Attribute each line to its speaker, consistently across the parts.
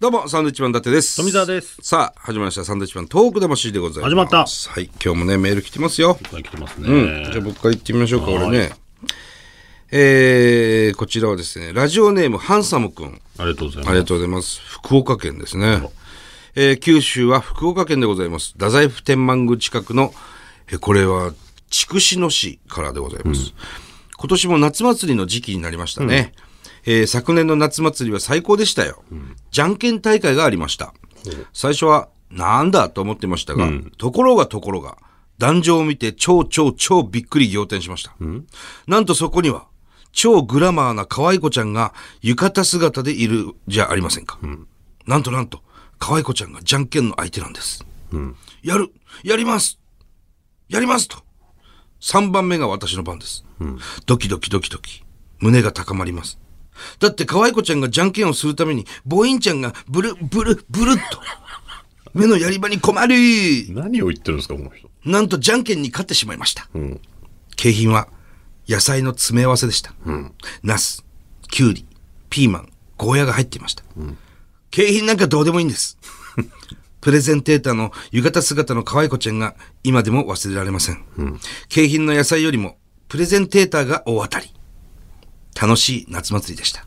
Speaker 1: どうも、サンドウィッチマン伊達です。
Speaker 2: 富澤です。
Speaker 1: さあ、始まりました。サンドウィッチマントーク魂でございます。
Speaker 2: 始まった
Speaker 1: はい、今日もね、メール来てますよ。
Speaker 2: これ来てますね。
Speaker 1: うん。じゃあ、僕から行ってみましょうか、俺ね。えー、こちらはですね、ラジオネーム、ハンサムくん。
Speaker 2: ありがとうござい
Speaker 1: あ
Speaker 2: ま
Speaker 1: り
Speaker 2: す。
Speaker 1: がとうございます。福岡県ですね。えー九州は福岡県でございます。太宰府天満宮近くの、えーこれは、筑紫野市からでございます。今年も夏祭りの時期になりましたね。えー昨年の夏祭りは最高でしたよ。じゃんけん大会がありました。最初は、なんだと思ってましたが、ところがところが、壇上を見て超超超びっくり仰天しました。なんとそこには、超グラマーな可愛い子ちゃんが浴衣姿でいるじゃありませんか。なんとなんと、可愛い子ちゃんがじゃんけんの相手なんです。やるやりますやりますと !3 番目が私の番です。ドキドキドキドキ。胸が高まります。だって可愛い子ちゃんがじゃんけんをするために、ボインちゃんがブルブルブルっと。目のやり場に困る
Speaker 2: 何を言ってるんですか、この人。
Speaker 1: なんとじゃんけんに勝ってしまいました。景品は野菜の詰め合わせでした。ナス、キュウリ、ピーマン、ゴーヤが入っていました。景品なんかどうでもいいんです。プレゼンテーターの浴衣姿の可愛い子ちゃんが今でも忘れられません。景品の野菜よりもプレゼンテーターが大当たり。楽しい夏祭りでした。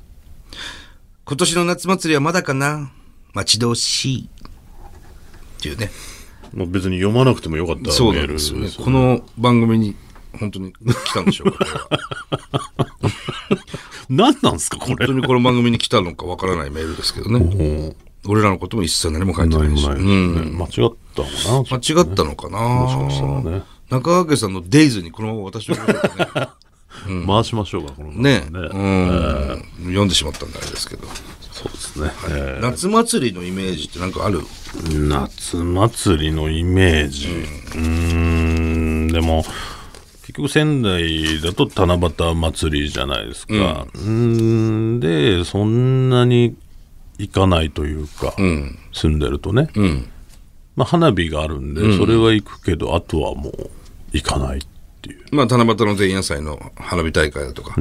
Speaker 1: 今年の夏祭りはまだかな待ち遠しい。っていうね。
Speaker 2: まあ、別に読まなくてもよかった
Speaker 1: そうな
Speaker 2: メー
Speaker 1: ん
Speaker 2: ル
Speaker 1: ですよね。こ
Speaker 2: この
Speaker 1: の番組に本当に来たんでしょう か。これは
Speaker 2: 何なんですか、これ
Speaker 1: 本当。にこの番組に来たのかわからないメールですけどね。俺らのことも一切何も書いてないし。うん
Speaker 2: 間違ったのか
Speaker 1: 間違ったのかな、
Speaker 2: な、ね
Speaker 1: 中川家さんの「デイズにこのまま私をね
Speaker 2: 回しましょうか、こ の
Speaker 1: ね
Speaker 2: ね
Speaker 1: うん、読んでしまったんであれですけど、
Speaker 2: そうですね、え
Speaker 1: 夏祭りのイメージってなんかある
Speaker 2: ー夏祭りのイメージ。うーん、でも、結局仙台だと七夕祭りじゃないですか。うーん、で、そんなに行かないというか、
Speaker 1: うん
Speaker 2: 住んでるとね。
Speaker 1: うん
Speaker 2: まあ、花火があるんで、それは行くけど、あとはもう行かないっていう。
Speaker 1: まあ七夕の前夜祭の花火大会だとか、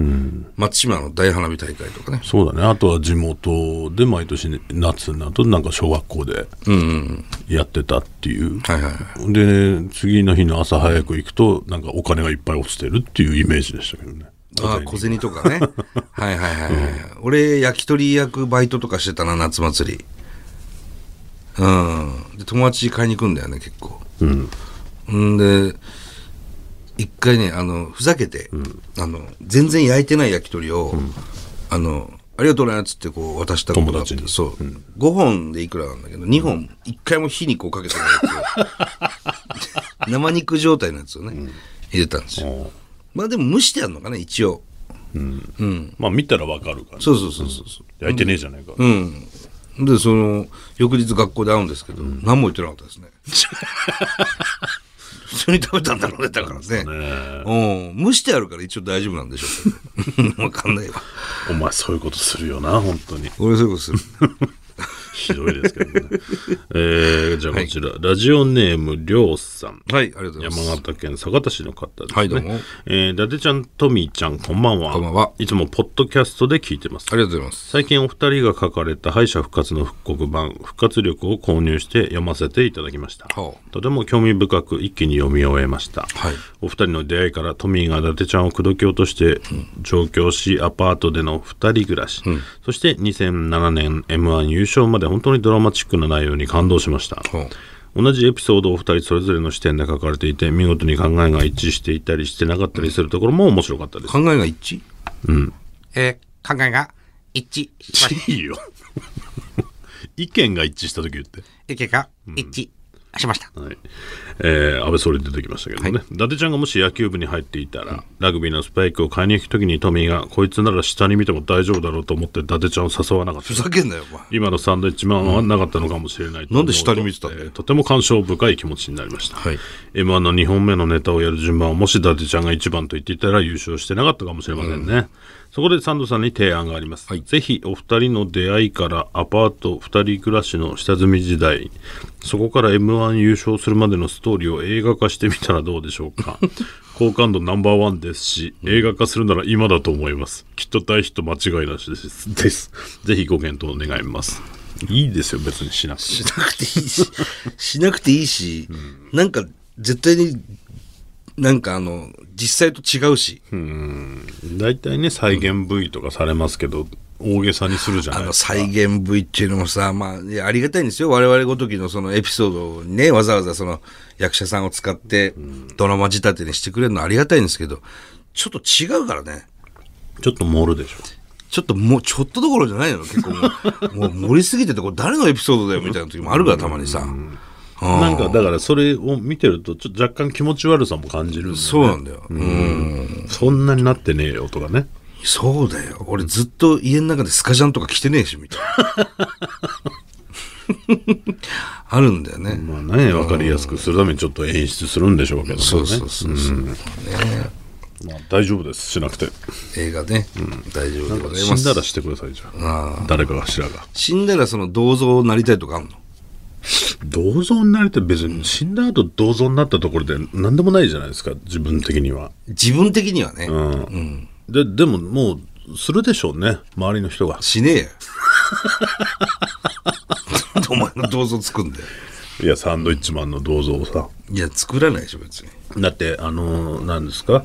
Speaker 1: 松島の大花火大会とかね
Speaker 2: そうだね。あとは地元で毎年ね夏になると、なんか小学校でやってたっていう。
Speaker 1: はいはいはい
Speaker 2: で、次の日の朝早く行くと、なんかお金がいっぱい落ちてるっていうイメージでしたけどね。
Speaker 1: ああ、小銭と かね。はいはいはいはい。俺、焼き鳥焼くバイトとかしてたな、夏祭り。うん。で、友達買いに行くんだよね、結構。うん。で、一回ね、あの、ふざけて、あの、全然焼いてない焼き鳥を、あの、ありがとうね、つってこう渡したことがあって
Speaker 2: 友達に
Speaker 1: そう。5本でいくらなんだけど、2本、1回も火にこうかけてないや つを生肉状態のやつをね、入れたんですよ。
Speaker 2: うん
Speaker 1: まあでも蒸してあるのかな、一応。
Speaker 2: まあ見たらわかるから、ね。
Speaker 1: そうそうそうそうそ
Speaker 2: 焼いてねえじゃないか。
Speaker 1: う。うん。で、その、翌日学校で会うんですけど、何も言ってなかったです ね。普通に食べたんだろうね、だからね。
Speaker 2: ね
Speaker 1: うん。蒸してあるから一応大丈夫なんでしょうけど ね。わかんないわ。
Speaker 2: えお前そういうことするよな、本当に。
Speaker 1: 俺そういうことする。
Speaker 2: ひどいですけどね。 えー、じゃあこちら、ラジオネーム、りょうさん。
Speaker 1: はい、ありがとうございます。
Speaker 2: 山形県酒田市の方ですね。
Speaker 1: はいどうも
Speaker 2: えー、伊達ちゃん、トミーちゃん、こんばんは。
Speaker 1: こんばんはい
Speaker 2: つもポッドキャストで聞いてます
Speaker 1: あ。りがとうございます。
Speaker 2: 最近お二人が書かれた敗者復活の復刻版、復活力を購入して読ませていただきました。
Speaker 1: は
Speaker 2: とても興味深く一気に読み終えました。
Speaker 1: はい
Speaker 2: お二人の出会いからトミーが伊達ちゃんを口説き落として上京しアパートでの二人暮らし、そして2007年 m 1優勝まで本当にドラマチックな内容に感動しました、
Speaker 1: は
Speaker 2: 同じエピソードをお二人それぞれの視点で書かれていて見事に考えが一致していたりしてなかったりするところも面白かったです
Speaker 1: 考えが一致
Speaker 3: えー考えが一致しまし
Speaker 2: いいよ 意見が一致した時言って
Speaker 3: 意見が一致しました。
Speaker 2: はいえー、安倍総理出てきましたけどね、伊達ちゃんがもし野球部に入っていたら、ラグビーのスパイクを買いに行くときにトミーが、こいつなら下に見ても大丈夫だろうと思って伊達ちゃんを誘わなかっ
Speaker 1: ふ。
Speaker 2: た
Speaker 1: ざけんなよ、お前。
Speaker 2: 今のサンドイッチマンはなかったのかもしれないと思うと
Speaker 1: なんで下に見てたんだよ
Speaker 2: えーとても感傷深い気持ちになりました。
Speaker 1: はい
Speaker 2: M1 の2本目のネタをやる順番をもし伊達ちゃんが1番と言っていたら優勝してなかったかもしれませんね。そこでサンドさんに提案があります。ぜひお二人の出会いからアパート二人暮らしの下積み時代、そこから M1 優勝するまでのストーリーを映画化してみたらどうでしょうか。好感度ナンバーワンですし、映画化するなら今だと思います。きっと大ヒット間違いなしです。ですぜひご検討願います。いいですよ、別にしなくて。
Speaker 1: しなくていいし、しなくていいし、なんか絶対に、なんかあの、実際と違うし、
Speaker 2: 大体ね、再現部位とかされますけど、大げさにするじゃ
Speaker 1: あ
Speaker 2: ない
Speaker 1: の、再現部位っていうのもさ、まあ、いやありがたいんですよ。我々ごときのそのエピソードをね、わざわざその役者さんを使って、ドラマ仕立てにしてくれるのはありがたいんですけど、ちょっと違うからね。
Speaker 2: ちょっと盛るでしょ。
Speaker 1: ちょっともう、ちょっとどころじゃないの結構もう、もう盛りすぎてて、これ誰のエピソードだよみたいな時もあるから、たまにさ。あー
Speaker 2: なんか、だからそれを見てると、ちょっと若干気持ち悪さも感じるんで、
Speaker 1: そうなんだよ。うん
Speaker 2: そんなになってねえよとかね。
Speaker 1: そうだよ。俺ずっと家の中でスカジャンとか着てねえし、みたいな。 あるんだよね。
Speaker 2: まあね、わかりやすくするためにちょっと演出するんでしょうけどね。
Speaker 1: そうそうそうそう、ね
Speaker 2: まあ大丈夫です、しなくて。
Speaker 1: 映画ね、大丈夫でござい
Speaker 2: 死
Speaker 1: ます。
Speaker 2: んだらしてください、じゃあ。誰かがしらが。
Speaker 1: 死んだらその銅像になりたいとかあんの
Speaker 2: 銅像になりたい別に死んだ後銅像になったところで何でもないじゃないですか、自分的には。
Speaker 1: 自分的にはね、
Speaker 2: うん。で、でももう、するでしょうね、周りの人が。
Speaker 1: 死ねえよ。なんで お前の銅像作んだよ。
Speaker 2: いや、サンドイッチマンの銅像をさ。
Speaker 1: いや、作らないでしょ、別に。
Speaker 2: だってあのーなんですか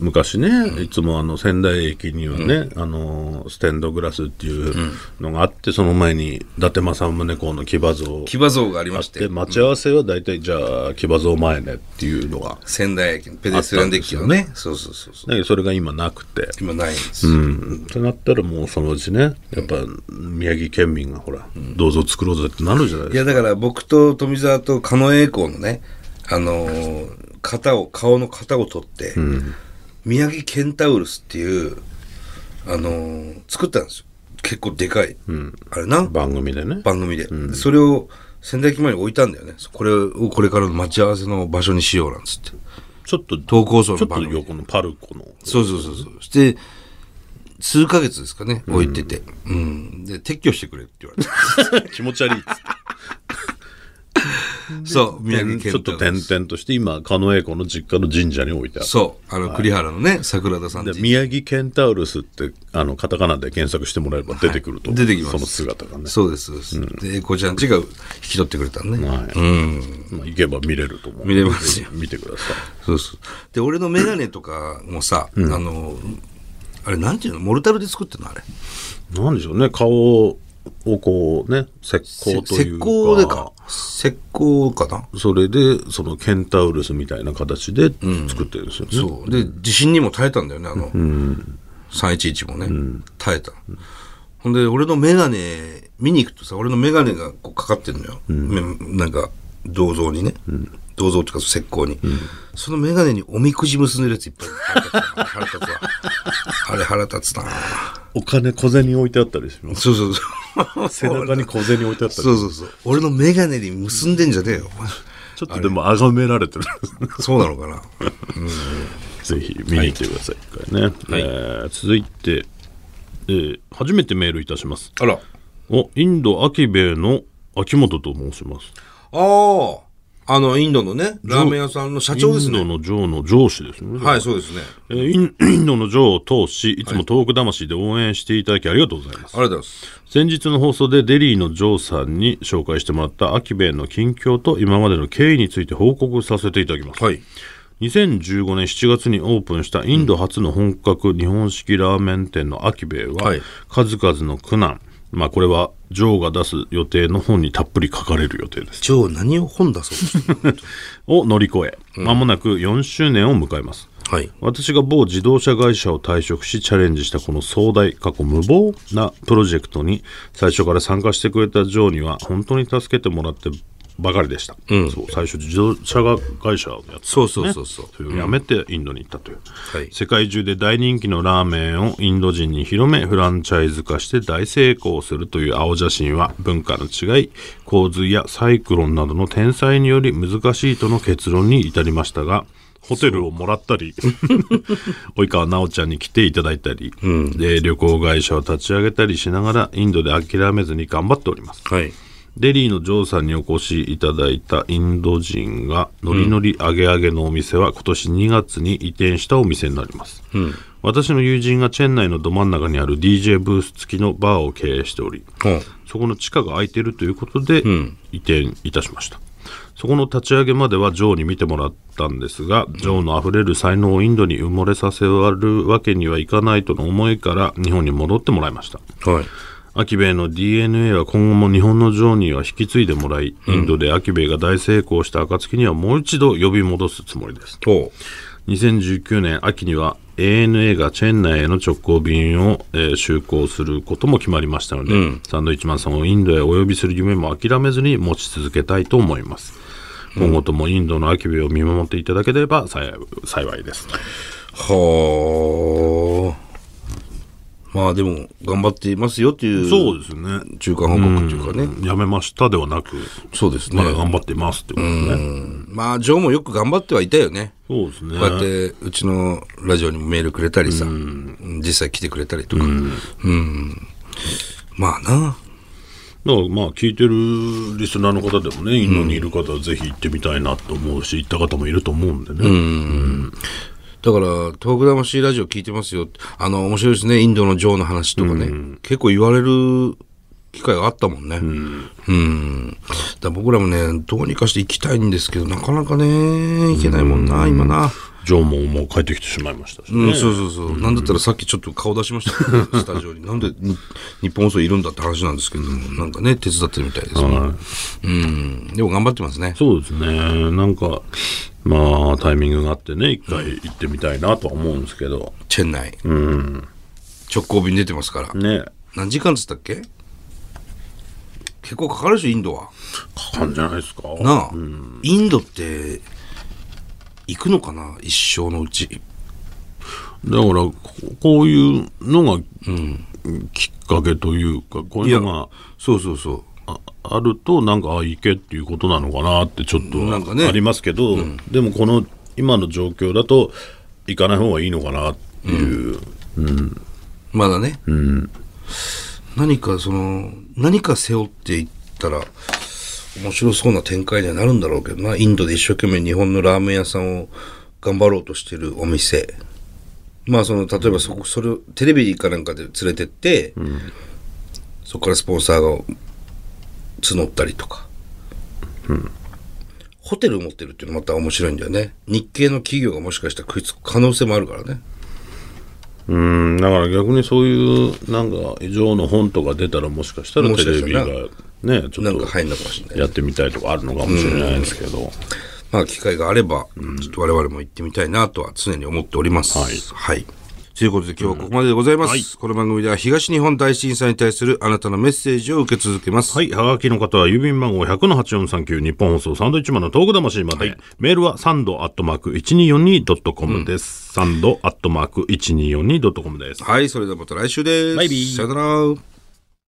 Speaker 2: 昔ねいつもあの仙台駅にはね、あのーステンドグラスっていうのがあって、その前に伊達政宗公の騎馬像
Speaker 1: 騎馬像がありまし
Speaker 2: で
Speaker 1: て、
Speaker 2: 待ち合わせは大体じゃあ騎馬像前ねっていうのが
Speaker 1: 仙台駅のペデストランデッキのね。そうそうそうそう。
Speaker 2: だけどそれが今なくて。
Speaker 1: 今ないんです。
Speaker 2: うん、ってなったらもうそのうちねやっぱ宮城県民がほら、銅像作ろうぜってなるじゃない
Speaker 1: い
Speaker 2: です
Speaker 1: やだから僕と富澤と狩野英孝のね、あのー型を顔の型を取って、宮城ケンタウルスっていう、あのー作ったんですよ結構でかい、あれな
Speaker 2: か番組でね
Speaker 1: 番組で、それを仙台駅前に置いたんだよねこれをこれからの待ち合わせの場所にしようなんつって
Speaker 2: ちょっと
Speaker 1: 投稿層
Speaker 2: ち
Speaker 1: の
Speaker 2: ょっと
Speaker 1: 番組
Speaker 2: 横のパルコの
Speaker 1: そうそうそうそうして数ヶ月ですかね置いてて、うんで撤去してくれって言われ て
Speaker 2: 気持ち悪いっつって
Speaker 1: そう宮城ケ
Speaker 2: ちょっ
Speaker 1: ンタ
Speaker 2: と
Speaker 1: ウル
Speaker 2: 点
Speaker 1: ス
Speaker 2: 々として今狩野英孝の実家の神社に置いてある
Speaker 1: そうあの栗原のね、桜田さんって
Speaker 2: で宮城ケンタウルスってあのカタカナで検索してもらえば出てくると、
Speaker 1: 出てきます
Speaker 2: その姿がね、
Speaker 1: そうです、そうです。で、英孝ちゃんちが引き取ってくれたのね。
Speaker 2: はいまあ、行けば見れると思う
Speaker 1: 見れますよ
Speaker 2: 見てください
Speaker 1: そうそう。で、俺のメガネとかもさ、あの、あれ、なんていうのモルタルで作ってんのあれ。
Speaker 2: なんでしょうね顔をこうね石膏と
Speaker 1: 石
Speaker 2: いうか
Speaker 1: 膏でか。石膏かな、
Speaker 2: それでそのケンタウルスみたいな形で作ってるんですよね、
Speaker 1: そう。で、地震にも耐えたんだよね、あの、311もね、耐えた。ほんで、俺のメガネ、見に行くとさ、俺のメガネがこうかかってんのよ。めなんか、銅像にね。銅像っていうか石膏に、そのメガネにおみくじ結んでるやついっぱい腹立つ わ腹立つわあれ腹立つな
Speaker 2: お金小銭置いてあったりします
Speaker 1: そうそう そう
Speaker 2: 背中に小銭置いてあったり
Speaker 1: そうそうそう俺のメガネに結んでんじゃねえよお前
Speaker 2: ちょっとでも崇められてる
Speaker 1: そうなのかな
Speaker 2: ぜひ見に行ってください、一回ねえー続いて、えー初めてメールいたします
Speaker 1: あら
Speaker 2: おインド秋兵衛の秋元と申します
Speaker 1: あああのインドのねラーメン屋さんの社長です
Speaker 2: イ
Speaker 1: ね
Speaker 2: ンドの上の上司ですね
Speaker 1: はいそうですね
Speaker 2: えーイン インドの女を通し、いつも東北魂で応援していただきありがとうございます。
Speaker 1: ありがとうございます
Speaker 2: 先日の放送でデリーのジョーさんに紹介してもらった秋兵衛の近況と今までの経緯について報告させていただきます。
Speaker 1: はい
Speaker 2: 2015年7月にオープンしたインド初の本格日本式ラーメン店の秋兵衛は、
Speaker 1: はい
Speaker 2: 数々の苦難、まあこれはジョーが出す予定の本にたっぷり書かれる予定です。
Speaker 1: ジョー何を本出そうとしてる
Speaker 2: を乗り越え、まもなく4周年を迎えます。
Speaker 1: はい
Speaker 2: 私が某自動車会社を退職しチャレンジしたこの壮大過去無謀なプロジェクトに最初から参加してくれたジョーには本当に助けてもらってばかりでした、そう最初自動車会社をやってたんです
Speaker 1: そ
Speaker 2: ね
Speaker 1: うそうそうそう
Speaker 2: それをやめてインドに行ったという、
Speaker 1: はい
Speaker 2: 世界中で大人気のラーメンをインド人に広めフランチャイズ化して大成功するという青写真は文化の違い洪水やサイクロンなどの天災により難しいとの結論に至りましたがホテルをもらったり及川奈緒ちゃんに来ていただいたり、で旅行会社を立ち上げたりしながらインドで諦めずに頑張っております
Speaker 1: はい
Speaker 2: デリーのジョーさんにお越しいただいたインド人がノリノリ揚げ揚げのお店は今年2月に移転したお店になります、私の友人がチェン内のど真ん中にある DJ ブース付きのバーを経営しており
Speaker 1: うん
Speaker 2: そこの地下が空いてるということで移転いたしました、そこの立ち上げまではジョーに見てもらったんですが、ジョーのあふれる才能をインドに埋もれさせるわけにはいかないとの思いから日本に戻ってもらいました
Speaker 1: はい。
Speaker 2: アキベイの DNA は今後も日本のジョーには引き継いでもらい、インドでアキベイが大成功した暁にはもう一度呼び戻すつもりです。
Speaker 1: お
Speaker 2: 2019年秋には ANA がチェン内への直行便を、えー就航することも決まりましたので、サンドイッチマンさんをインドへお呼びする夢も諦めずに持ち続けたいと思います。今後ともインドのアキベイを見守っていただければ幸い幸いです。
Speaker 1: はあ。まあでも、頑張っていますよっていう。
Speaker 2: そうですね。
Speaker 1: 中間報告っていうかね。
Speaker 2: やめましたではなく、
Speaker 1: そうですね
Speaker 2: ま。だ頑張っていますってことですね。
Speaker 1: まあ、ジョーもよく頑張ってはいたよね。
Speaker 2: そうですね。
Speaker 1: こうやって、うちのラジオにもメールくれたりさ、実際来てくれたりとか。うん。まあな。
Speaker 2: だからまあ聞いてるリスナーの方でもね、インドにいる方はぜひ行ってみたいなと思うし、行った方もいると思うんでね。
Speaker 1: だから、東北魂ラジオ聞いてますよ。あの、面白いですね。インドのジョーの話とかね。結構言われる機会があったもんね。うん。だから僕らもね、どうにかして行きたいんですけど、なかなかね、行けないもんな、今な。
Speaker 2: ジョーももう帰ってきてしまいましたし
Speaker 1: うん、
Speaker 2: ね。
Speaker 1: そうそうそう、なんだったらさっきちょっと顔出し ましたけど、スタジオに。なんでに日本放送いるんだって話なんですけども、なんかね、手伝ってるみたいですね、
Speaker 2: はい
Speaker 1: うん。でも頑張ってますね。
Speaker 2: そうですね。なんか、まあタイミングがあってね、一回行ってみたいなとは思うんですけど。
Speaker 1: チェン内。
Speaker 2: うん。
Speaker 1: 直行便出てますから。
Speaker 2: ね
Speaker 1: 何時間っつったっけ結構かかるでしょ、インドは。
Speaker 2: かかんじゃないですか。
Speaker 1: なあ、インドって、行くのかな一生のうち。
Speaker 2: だからこ、こういうのが、きっかけというか、こういうの
Speaker 1: そうそうそう。
Speaker 2: がああると、なんか、あ、行けっていうことなのかなってちょっと
Speaker 1: なんかね
Speaker 2: ありますけど、でもこの今の状況だと、行かない方がいいのかなっていう、
Speaker 1: まだね。何かその、何か背負っていったら、面白そうな展開にはなるんだろうけどな。インドで一生懸命日本のラーメン屋さんを頑張ろうとしてるお店。まあその、例えばそこ、それをテレビかなんかで連れてって、そこからスポンサーが募ったりとか。ホテル持ってるっていうのまた面白いんだよね。日系の企業がもしかしたら食いつく可能性もあるからね。
Speaker 2: うん、だから逆にそういう、なんか、以上の本とか出たら、もしかしたら
Speaker 1: も
Speaker 2: テ
Speaker 1: しか
Speaker 2: レ
Speaker 1: し
Speaker 2: ビ
Speaker 1: たら
Speaker 2: がね、ちょ
Speaker 1: な
Speaker 2: っ
Speaker 1: んか入
Speaker 2: と
Speaker 1: んのかもしれない。
Speaker 2: やってみたいとかあるのかもしれないですけど、
Speaker 1: まあ、機会があれば、ちょっと我々も行ってみたいなとは常に思っております。
Speaker 2: はい
Speaker 1: はい。ということで今日はここまででございます。
Speaker 2: はい
Speaker 1: この番組では東日本大震災に対するあなたのメッセージを受け続けます。
Speaker 2: はい、はがきの方は郵便番号100-8439日本放送サンドイッチマンのトーク魂まで、メールはサンドアットマーク 1242.com です。サンドアットマーク 1242.com です。
Speaker 1: はい、それではまた来週です。
Speaker 2: バイビー
Speaker 1: さよなら。